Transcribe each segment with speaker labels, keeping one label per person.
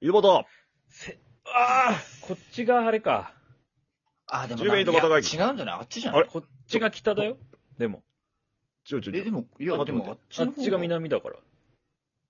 Speaker 1: 井戸端、
Speaker 2: せ
Speaker 3: ああこっちがあれか。
Speaker 2: あ、でも
Speaker 1: 10名
Speaker 2: なんか
Speaker 1: と戦い
Speaker 2: いや違うんじゃないあっちじゃな
Speaker 1: あ
Speaker 2: い
Speaker 1: れ
Speaker 3: こっちが北だよ。でも、
Speaker 1: ちょちょ
Speaker 2: え、
Speaker 1: ち
Speaker 2: でも、いや、
Speaker 1: 待って
Speaker 2: でもあっち
Speaker 3: あ
Speaker 2: の
Speaker 3: っ
Speaker 2: 方
Speaker 3: ちが。南だから。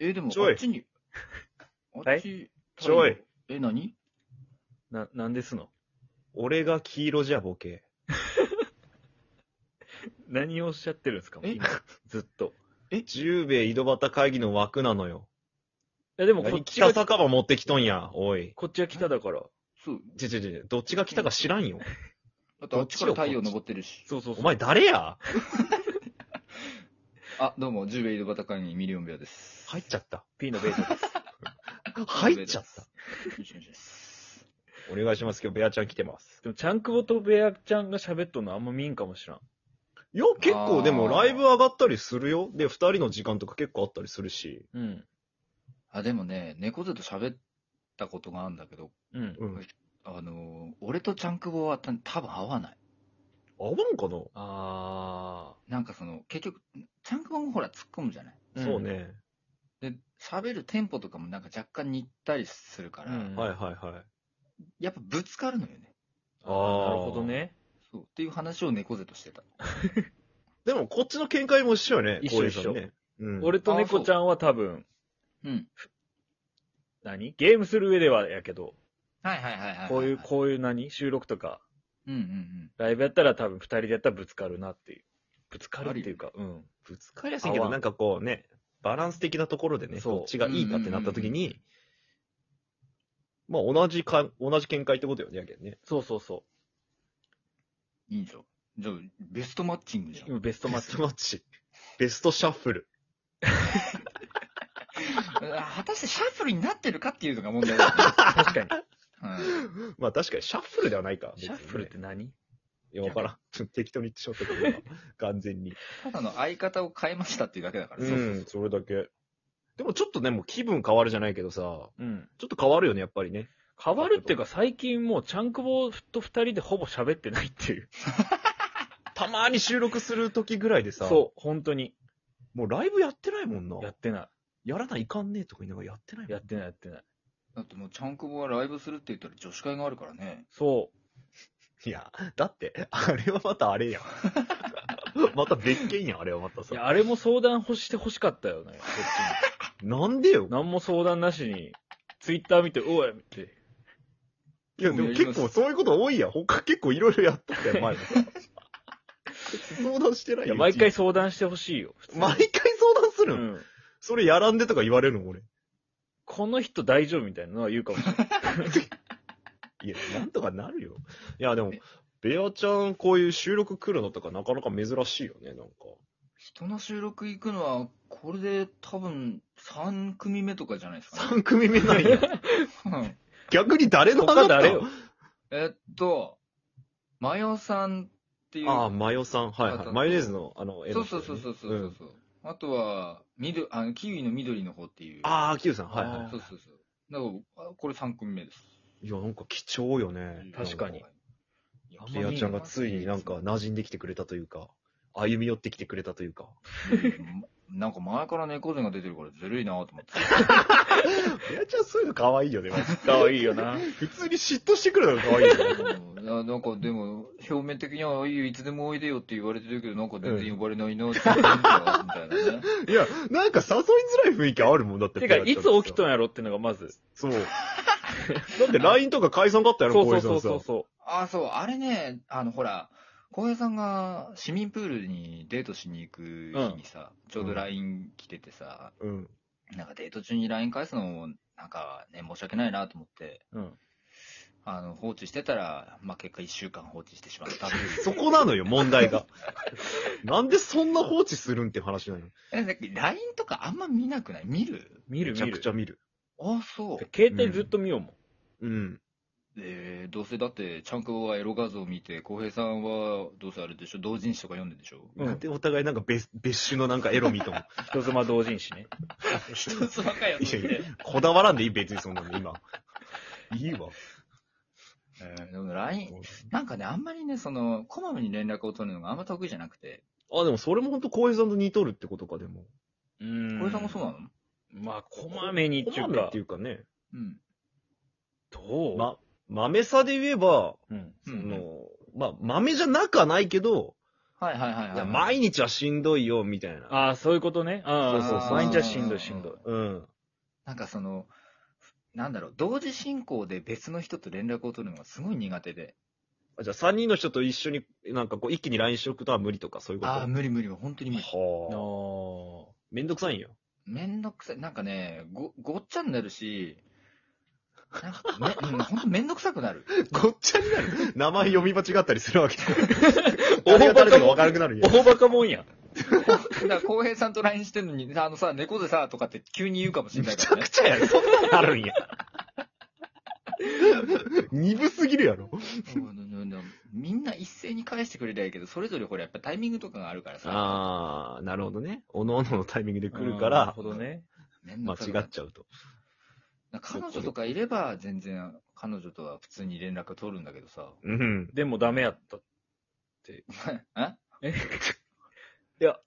Speaker 2: え、でも
Speaker 1: ちょい
Speaker 2: あっ ちに。あ
Speaker 3: は
Speaker 2: っ
Speaker 3: い
Speaker 2: ち。
Speaker 1: ちょい。
Speaker 2: え、何
Speaker 3: な、なんですの
Speaker 1: 俺が黄色じゃボケ。
Speaker 3: 何をおっしゃってるんですか
Speaker 2: え
Speaker 3: 今ずっと。
Speaker 1: 十兵衛井戸端会議の枠なのよ。
Speaker 3: いやでもこ
Speaker 1: 何
Speaker 3: っちが
Speaker 1: 北、酒場持ってきとんや、おい。
Speaker 3: こっちが北だから。
Speaker 2: そう。
Speaker 1: ちょちょちょ、どっちが来たか知らんよ。
Speaker 2: だってあっちから太陽昇ってるし。
Speaker 3: そうそうそう。
Speaker 1: お前誰や
Speaker 2: あ、どうも、ジュベイドバタカニミリオンベアです。
Speaker 1: 入っちゃった。
Speaker 3: P のベートです。
Speaker 1: 入っちゃった。
Speaker 2: よろしくお願いします。
Speaker 1: お願いします。今日ベアちゃん来てます。
Speaker 3: でも、チャンクボとベアちゃんが喋っとんのあんま見んかもしらん。
Speaker 1: いや、結構でも
Speaker 2: あー
Speaker 1: ライブ上がったりするよ。で、二人の時間とか結構あったりするし。
Speaker 3: うん。
Speaker 2: あ、でもね、猫背と喋ったことがあるんだけど、
Speaker 3: うん。
Speaker 1: うん。
Speaker 2: あのー、俺とチャンクボはた多分合わない。
Speaker 1: 合わんかな、
Speaker 3: あ
Speaker 2: なんかその、結局、チャンクボもほら突っ込むじゃない
Speaker 3: うん
Speaker 1: そうね。
Speaker 2: で、喋るテンポとかもなんか若干似たりするから、
Speaker 3: うん
Speaker 1: はいはいはい。
Speaker 2: やっぱぶつかるのよね。
Speaker 3: あ。なるほどね。
Speaker 2: そう。っていう話を猫背としてた。
Speaker 1: でもこっちの見解も一緒よね。
Speaker 3: 一
Speaker 1: 光
Speaker 3: 緒
Speaker 1: 栄さんね。うん、
Speaker 3: 俺と猫ちゃんは多分、
Speaker 2: うん。
Speaker 3: 何ゲームする上ではやけど、
Speaker 2: はいはいはいはいはい。
Speaker 3: こういう、こういう何収録とか、
Speaker 2: う。うんうんうん。
Speaker 3: ライブやったら多分二人でやったらぶつかるなっていう。ぶつかるっていうか、うん。
Speaker 1: ぶつかりやすいけ
Speaker 3: 合わ
Speaker 1: ど、
Speaker 3: ん
Speaker 1: なんかこうね、バランス的なところでね、
Speaker 3: そう
Speaker 1: どっちがいいかってなった時に、まあ同じか、同じ見解ってことよね、やけんね。
Speaker 3: そうそうそう。
Speaker 2: いいじゃん。じゃあ、ベストマッチングじゃん。
Speaker 3: 今ベストマ
Speaker 1: マ
Speaker 3: ッ
Speaker 1: ッ
Speaker 3: チ
Speaker 1: チ。マッチ。ベストシャッフル。
Speaker 2: あ果たしてシャッフルになってるかっていうのが問題だ よね、
Speaker 3: 確かに。
Speaker 2: うん
Speaker 1: まあ確かにシャッフルではないか。
Speaker 3: シャッフルって何
Speaker 1: 別にねいや、わからん。ちょっと適当に言ってしまったけど、今完全に。
Speaker 2: ただの相方を変えましたっていうだけだから。
Speaker 1: う
Speaker 2: そうそ
Speaker 1: ん、それだけ。でもちょっとね、もう気分変わるじゃないけどさ、ちょ
Speaker 3: うん。
Speaker 1: っと変わるよね、やっぱりね。
Speaker 3: 変わるっていうか最近もうチャンクボと二人でほぼ喋ってないっていう。
Speaker 1: たまに収録する時ぐらいでさ、
Speaker 3: そう、本当に。
Speaker 1: もうライブやってないもんな。
Speaker 3: や
Speaker 1: や
Speaker 3: ってな
Speaker 1: らないかんねえとか言いながらやってない
Speaker 3: い。
Speaker 1: もん
Speaker 3: やってない、やってない。
Speaker 2: うだってもう、ちゃんこぼはライブするって言ったら女子会があるからね。
Speaker 3: そ
Speaker 1: いや、だって、あれはまたあれやん。また別件やん、あれはまた
Speaker 3: う。いや、
Speaker 1: さ。
Speaker 3: あれも相談ほして欲しかったよね、こっち
Speaker 1: なんでよ
Speaker 3: に。。何も相談なしに、ツイッター見て、おいって。
Speaker 1: いや、でも結構そういうこと多いやん。他結構いろいろやったよ、前もさ。 相談してない
Speaker 3: い
Speaker 1: よ。
Speaker 3: や、毎回
Speaker 1: うち
Speaker 3: 相談してほしいよ、普通に
Speaker 1: 毎回相談する、
Speaker 3: うんん。
Speaker 1: それやらんでとか言われるの俺。
Speaker 3: この人大丈夫みたいなのは言うかもしれ ない。
Speaker 1: いや、なんとかなるよ。いや、でも
Speaker 2: ね、
Speaker 1: ベアちゃんこういう収録来るのとかなかなか珍しいよね、なんか。
Speaker 2: 人の収録行くのは、これで多分、3組目とかじゃないですか、ね。
Speaker 1: 3組目ないや。
Speaker 2: うん
Speaker 1: 逆に誰の
Speaker 3: 他誰よ
Speaker 2: えっと、マヨさんっていう。
Speaker 1: ああ、マヨさん。はいはい。マヨネーズの、あの、絵
Speaker 2: そ
Speaker 1: の
Speaker 2: う
Speaker 1: 人
Speaker 2: そ
Speaker 1: ね、
Speaker 2: うそうそうそう
Speaker 1: うん
Speaker 2: そう。あとは、みどあのキウイの緑の方っていう。
Speaker 1: ああ、キューさん。はいはい。
Speaker 2: そうそうそう。だから、あこれ3組目です。
Speaker 1: いや、なんか貴重よね。
Speaker 3: 確かに
Speaker 2: いや。
Speaker 3: あんま
Speaker 1: レ
Speaker 3: り
Speaker 1: アちゃんがついになんか馴染んできてくれたというか、歩み寄ってきてくれたという か。
Speaker 2: うんなんか前から猫背が出てるからずるいなと 思って。
Speaker 1: レアちゃんそういうの可愛いよね。
Speaker 3: かわいいよ な。
Speaker 1: 普通に嫉妬してくるのが可愛いよ ね。
Speaker 2: うんあなんかでも、表面的には、いいよ、いつでもおいでよって言われてるけど、なんか全然呼ばれな いなって、みたいなね。
Speaker 1: いや、なんか誘いづらい雰囲気あるもんだって。
Speaker 3: てか、いつ起きと
Speaker 1: ん
Speaker 3: んやろってのがまず。
Speaker 1: そう。だって LINE とか解散だったや
Speaker 3: そ
Speaker 1: ろ、
Speaker 3: うそ
Speaker 1: 小江さん
Speaker 3: うそうそう
Speaker 1: さ。
Speaker 3: そう。
Speaker 2: あ、そう、あれね、あの、ほら、浩平さんが市民プールにデートしに行く日にさ、ちょうど LINE 来ててさ、
Speaker 1: うん。
Speaker 2: なんかデート中に LINE 返すのも、なんかね、申し訳ないなと思って、
Speaker 3: うん。
Speaker 2: あの、放置してたら、まあ、結果1週間放置してしまったって いう。
Speaker 1: そこなのよ、問題 が。なんでそんな放置するんって話なの
Speaker 2: え、だって LINE とかあんま見なくない見る
Speaker 3: 見る
Speaker 1: めちゃ
Speaker 3: 見
Speaker 1: く
Speaker 3: る
Speaker 1: ち。ゃ見る。
Speaker 2: あ、そう。
Speaker 3: 携帯ずっと見ようもん。
Speaker 1: うん。
Speaker 2: えー、どうせだって、ちゃんこはエロ画像を見て、浩平さんは、どうせあれでしょ同人誌とか読んでんでしょ
Speaker 3: うん
Speaker 1: なんでお互いなんか別別種のなんかエロ見とも。
Speaker 3: 人妻同人誌 ね。
Speaker 2: 一つばかり
Speaker 1: いやいや、こだわらんでいい、別にそんなの、今。いいわ。
Speaker 2: えー、でも LINE、なんかね、あんまりね、その、こまめに連絡を取るのがあんま得意じゃなくて、
Speaker 1: あ、でもそれも本当浩平さんと似とるってことか、でも。
Speaker 3: うん
Speaker 2: 浩平さんもそうなの
Speaker 3: まあ、こまめにってい
Speaker 1: こま
Speaker 3: う
Speaker 1: めっ
Speaker 3: か
Speaker 1: てい、うかね。
Speaker 2: うん。
Speaker 3: どう、
Speaker 1: ま、豆さで言えば、
Speaker 3: うん。
Speaker 2: う
Speaker 1: そ
Speaker 2: んうん
Speaker 1: の、まあ、豆じゃなくはないけど、
Speaker 2: はいはいはいはい。
Speaker 1: いや、毎日はしんどいよ、みたいな。
Speaker 3: ああ、そういうことね。ああ、
Speaker 1: そうそうそう
Speaker 3: 毎日はしんどい、しんどい。
Speaker 1: うん。
Speaker 2: なんかその、なんだろう、同時進行で別の人と連絡を取るのがすごい苦手で。
Speaker 1: じゃあ、三人の人と一緒に、なんかこう、一気に LINE しとくとは無理とか、そういうこと。
Speaker 2: ああ、無理無理、本当に無理。
Speaker 3: あ
Speaker 1: はあ。
Speaker 3: ー
Speaker 1: めんどくさいん よ。
Speaker 2: めんどくさい。なんかね、ご、ごっちゃになるし、なんかめ、うんほんとめんどくさくなる。
Speaker 1: ごっちゃになる。名前読み間違ったりするわ け。
Speaker 3: 大
Speaker 1: 誰が誰
Speaker 3: バカ
Speaker 1: だか
Speaker 3: も
Speaker 1: 分
Speaker 3: ん、
Speaker 1: からなくなるよ。
Speaker 3: 大バカもんや。
Speaker 2: だから、浩平さんと LINE してんのに、あのさ、猫でさ、とかって急に言うかもしれ
Speaker 1: め
Speaker 2: ない
Speaker 1: ち
Speaker 2: か
Speaker 1: ゃ
Speaker 2: ら
Speaker 1: く。
Speaker 2: ね
Speaker 1: ちゃやろ。そんなのあるんや。鈍すぎるやろ。
Speaker 2: うんでもみんな一斉に返してくれりゃいいけど、それぞれほら、やっぱタイミングとかがあるからさ、
Speaker 1: あー、なるほどね。おのおののタイミングで来るか
Speaker 3: なる
Speaker 1: ら
Speaker 3: ほ、どね。
Speaker 2: めん
Speaker 1: 間
Speaker 2: ど
Speaker 1: 違
Speaker 2: くさくな
Speaker 1: っ
Speaker 2: る
Speaker 1: ちゃうと。
Speaker 2: 彼女とかいれば、全然、彼女とは普通に連絡取るんだけどさ、
Speaker 1: うん。
Speaker 3: でもダメやった。
Speaker 2: え
Speaker 3: えいや、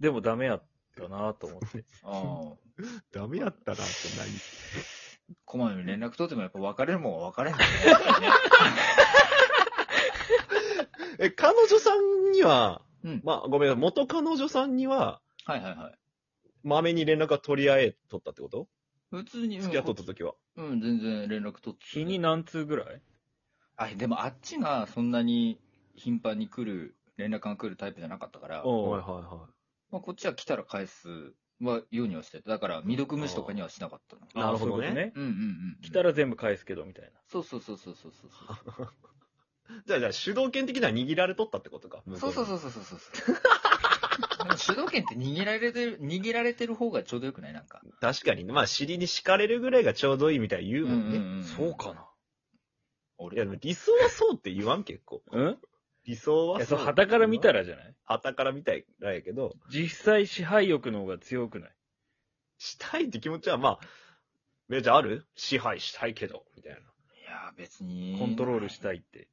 Speaker 3: でもダメやったなと思 って。
Speaker 2: ああ。
Speaker 1: ダメやったな、そんなに。
Speaker 2: こまめに連絡取ってもやっぱ別れるもんは別れん だね。
Speaker 1: え、彼女さんには、
Speaker 2: うん
Speaker 1: まあ、ごめんなさい、元彼女さんには、
Speaker 2: はいはいはい。
Speaker 1: まめに連絡は取り合えとったってこと
Speaker 2: 普通に。うん
Speaker 1: 付き合っとった時は。
Speaker 2: うん、全然連絡取って。
Speaker 3: 日に何通ぐらい
Speaker 2: あ、でもあっちがそんなに頻繁に来る、連絡が来るタイプじゃなかったから、
Speaker 3: お
Speaker 1: はい
Speaker 3: い
Speaker 1: はいは
Speaker 2: まあ、こっちは来たら返すはようにはしてただから、未読無視とかにはしなかったの。
Speaker 1: なるほどね
Speaker 3: あーそういうこと
Speaker 2: うんうんうん。
Speaker 3: 来た
Speaker 2: ら。
Speaker 3: ら全部返すけど、みたいな。
Speaker 2: そうそうそうそうそうそうそう。
Speaker 1: い。じゃあ、じゃあ、主導権的には握られとったってことか。。
Speaker 2: そうそうそううそうそうそう。でも主導権って握られてる、握られてる方がちょうどよくないなんか。
Speaker 1: 確かにね。まあ、尻に敷かれるぐらいがちょうどいいみたいに言うもんね。
Speaker 3: そう。かな。
Speaker 1: いや、
Speaker 2: 俺
Speaker 1: でも理想はそうって言わん、結構。
Speaker 3: うん
Speaker 1: 理想
Speaker 3: い
Speaker 1: は
Speaker 3: や、そう、旗から見た
Speaker 1: ら。
Speaker 3: らじゃない
Speaker 1: 旗から見たらやけど、
Speaker 3: 実際支配欲の方が強くない
Speaker 1: したいって気持ちは、まあ、めちゃある支配したいけど、みたいな。
Speaker 2: いや、別に。
Speaker 3: コントロールしたいって。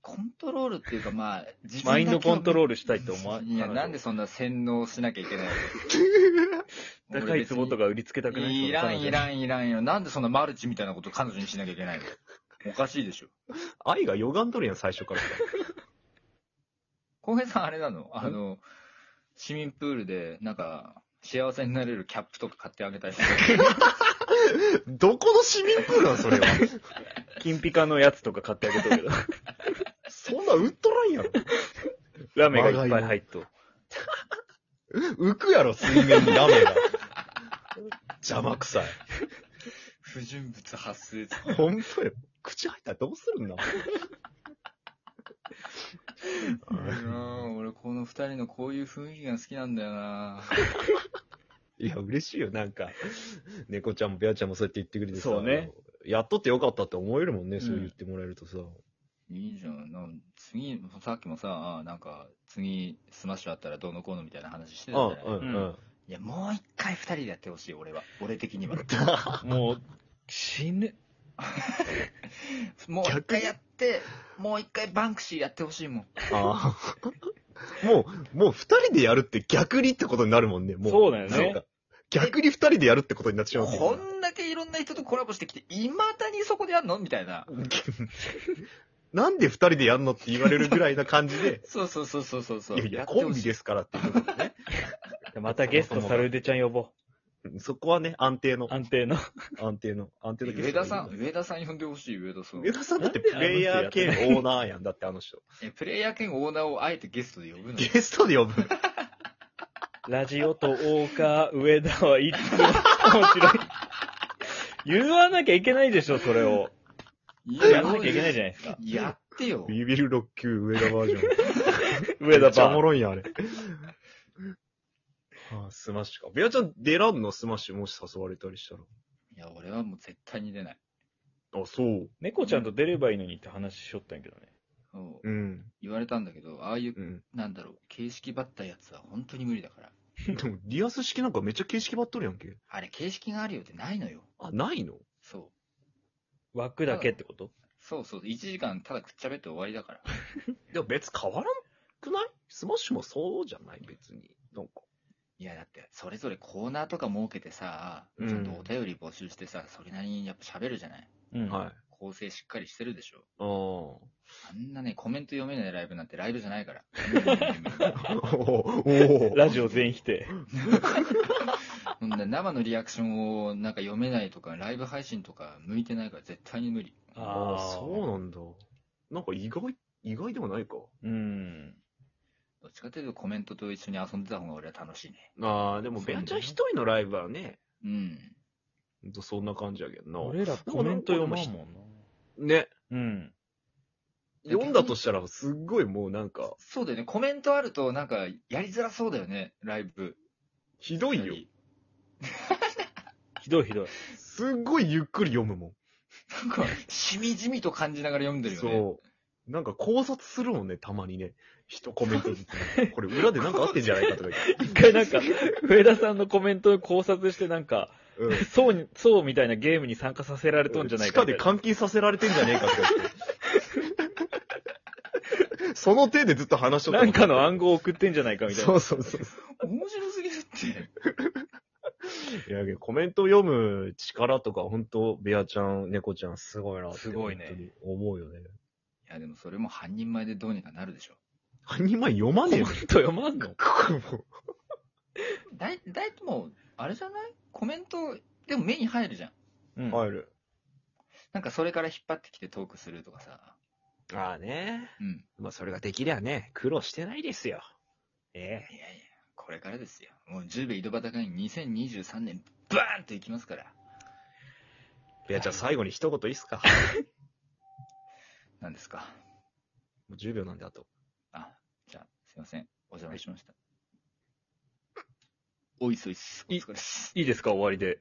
Speaker 2: コントロールっていうか、まあ、自
Speaker 3: マインドコントロ
Speaker 2: ー
Speaker 3: ールしたいって思わ
Speaker 2: いや、なんでそんな洗脳しなきゃい けないの
Speaker 3: 高い壺とか売りつけたくない
Speaker 2: いらん、いら
Speaker 3: ん。
Speaker 2: ん、いらんよ。なんでそんなマルチみたいなこと彼女にしなきゃいけないのおかしいでしょ。
Speaker 1: 愛が歪んどるやん、最初 から。
Speaker 2: 浩平さん、あれなのあの、市民プールで、なんか、幸せになれるキャップとか買ってあげたりとか
Speaker 1: どこの市民プールなん、それは。
Speaker 3: 金ピカのやつとか買ってあげとるけど。
Speaker 1: そんな売っとらんやろ。
Speaker 3: ラメがいっぱい入っと。
Speaker 1: 浮くやろ、水面にラメが。邪魔くさい。
Speaker 2: 不純物発生。
Speaker 1: ほんとよ。口入ったらどうするん だ
Speaker 2: うーん俺、この二人のこういう雰囲気が好きなんだよない
Speaker 1: や、嬉しいよ、なんか。猫ちゃんもベアちゃんもそうやって言ってくれてさ。
Speaker 3: そうね。
Speaker 1: やっとってよかったって思えるもんね、そう言ってもらえるとさ。
Speaker 2: いいじゃん。なん次、さっきもさ、あなんか、次、スマッシュあったらどうのこうのみたいな話してたじゃない、
Speaker 1: うん、うん、うん。
Speaker 2: いや、もう一回二人でやってほしい、俺は。俺 的には。
Speaker 3: もう、死ぬ。
Speaker 2: もう一回やって、もう一回バンクシーやってほしいもん。
Speaker 1: あーもう、もう二人でやるって逆にってことになるもんね、もう。
Speaker 3: そうだよね
Speaker 1: なんか。逆に二人でやるってことになってしまうもんね
Speaker 2: こんだけいろんな人とコラボしてきて、いまだにそこでやんのみたいな。。
Speaker 1: なんで二人でやんのって言われるぐらいな感じで
Speaker 2: そうそうそうそうそう そう。。
Speaker 1: いやいや、コンビですすからっていうことね。
Speaker 3: またゲストサルデちゃん呼ぼ
Speaker 1: うんそこはね、安定の
Speaker 3: う。、安定の。
Speaker 1: 安定の、安定の
Speaker 2: 上田さん、上田さん呼んでほしい、上田さん
Speaker 1: 上。田さんだってプレイヤー兼オーナーやんだってあの人。
Speaker 2: え、プレイヤー兼オーナーをあえてゲストで呼ぶの
Speaker 1: ゲストで呼ぶ。
Speaker 3: ラジオと大川、上田はいつも面白い。言わなきゃいけないでしょ、それを。
Speaker 2: い
Speaker 3: やらなきゃいけないじゃないですか。
Speaker 2: いやってよ。
Speaker 1: ビビる6級 上田バージョン。
Speaker 3: 上田
Speaker 1: めっちゃお
Speaker 3: バ
Speaker 1: も
Speaker 3: ー。
Speaker 1: ろいやん、あれ。 ああスマッシュか。ベアちゃん出らんのスマッシュもし誘われたりした
Speaker 2: いや、俺はもう絶対に出ない。
Speaker 1: ら。あ、そう。
Speaker 3: 猫ちゃんと出ればいいのにって話しよったんやけどね。
Speaker 2: そう
Speaker 1: うん。
Speaker 2: 言われたんだけど、ああいう、
Speaker 1: うん。
Speaker 2: なんだろう、形式ばったやつは本当に無理だから。
Speaker 1: でも、リアス式なんかめっちゃ形式ばっとるやんけ。
Speaker 2: あれ、形式があるよってないのよ。
Speaker 1: あ、ないの
Speaker 2: そう。
Speaker 3: 枠だけってこと
Speaker 2: そうそう、1時間ただくっちゃべって終わりだから。
Speaker 1: でも別変わらんくないスマッシュもそうじゃない別に。なんか。
Speaker 2: いや、だって、それぞれコーナーとか設けてさ、
Speaker 1: うん
Speaker 2: ちゃんとお便り募集してさ、それなりにやっぱ喋るじゃない。
Speaker 3: うん。
Speaker 1: はい。
Speaker 2: 構成しっかりしてるでし ょ。
Speaker 3: お
Speaker 2: あんなね、コメント読めないライブなんてライブじゃな いから。
Speaker 1: お
Speaker 3: ー
Speaker 1: ー
Speaker 3: ラジオ全否定。
Speaker 2: そんな生のリアクションをなんか読めないとか、ライブ配信とか向いてないから絶対に無理。
Speaker 1: ああ、
Speaker 3: ー
Speaker 1: そうなんだ。なんか意外、意外でもないか。
Speaker 3: うん。
Speaker 2: どっちかというとコメントと一緒に遊んでた方が俺は楽しいね。
Speaker 1: ああ、でも、
Speaker 2: そうね
Speaker 1: ベンちゃん一人のライブはね、
Speaker 2: うん。
Speaker 1: ほんとそんな感じやけどな。
Speaker 3: 俺らコメント読まんもんな。
Speaker 1: ね、
Speaker 3: うん。
Speaker 1: 読んだとしたら、すっごいもうなんか、
Speaker 2: そうだよね。コメントあるとなんかやりづらそうだよね、ライブ。
Speaker 1: ひどいよ。
Speaker 3: ひどいひどい。
Speaker 1: すっごいゆっくり読むもん。
Speaker 2: なんか、しみじみと感じながら読んでるよね。
Speaker 1: そう。なんか考察するもんね、たまにね。人コメントずつ。これ裏でなんかあってんじゃないかとか言って。
Speaker 3: 一回なんか、上田さんのコメントを考察してなんか、
Speaker 1: うん。
Speaker 3: そうに、そうみたいなゲームに参加させられとんじゃない
Speaker 1: 地
Speaker 3: か
Speaker 1: 下
Speaker 3: み
Speaker 1: で
Speaker 3: たいな。
Speaker 1: 監禁させられてんじゃねえかとか言って。その手でずっと話しとった
Speaker 3: なんかの暗
Speaker 1: 号
Speaker 3: 号を送ってんじゃないかみたい
Speaker 1: そ
Speaker 3: な。
Speaker 1: うそうそう。
Speaker 2: 面白すぎるって。
Speaker 1: いや、コメント読む力とか、本当ベアちゃん、猫ちゃん、すごいなって。
Speaker 3: すごいね
Speaker 1: 本当に思うよね。
Speaker 2: いや、でもそれも半人前でどうにかなるでしょ。
Speaker 1: 半人前読ま
Speaker 3: コ
Speaker 1: ねえ
Speaker 3: メン
Speaker 1: よ
Speaker 3: ト。読まんの
Speaker 2: だい、だいもう、あれじゃないコメント、でも目に入るじゃん。
Speaker 3: うん。
Speaker 1: 入る。
Speaker 2: なんかそれから引っ張ってきてトークするとかさ。
Speaker 1: ああね。
Speaker 2: うん。
Speaker 1: まあ、それができりゃね、苦労してないですよ。え
Speaker 2: いやいや、これからですよ。もう十兵衛井戸端会議2023年、バーンといきますから。
Speaker 1: え。ベアちゃん、最後に一言いいっ すか
Speaker 2: なんですか。
Speaker 1: もう10秒なんで、あと。
Speaker 2: あ、じゃあ、すいません。お邪魔しました。おいそいっす。お疲れっす。
Speaker 3: いいですか終わりで。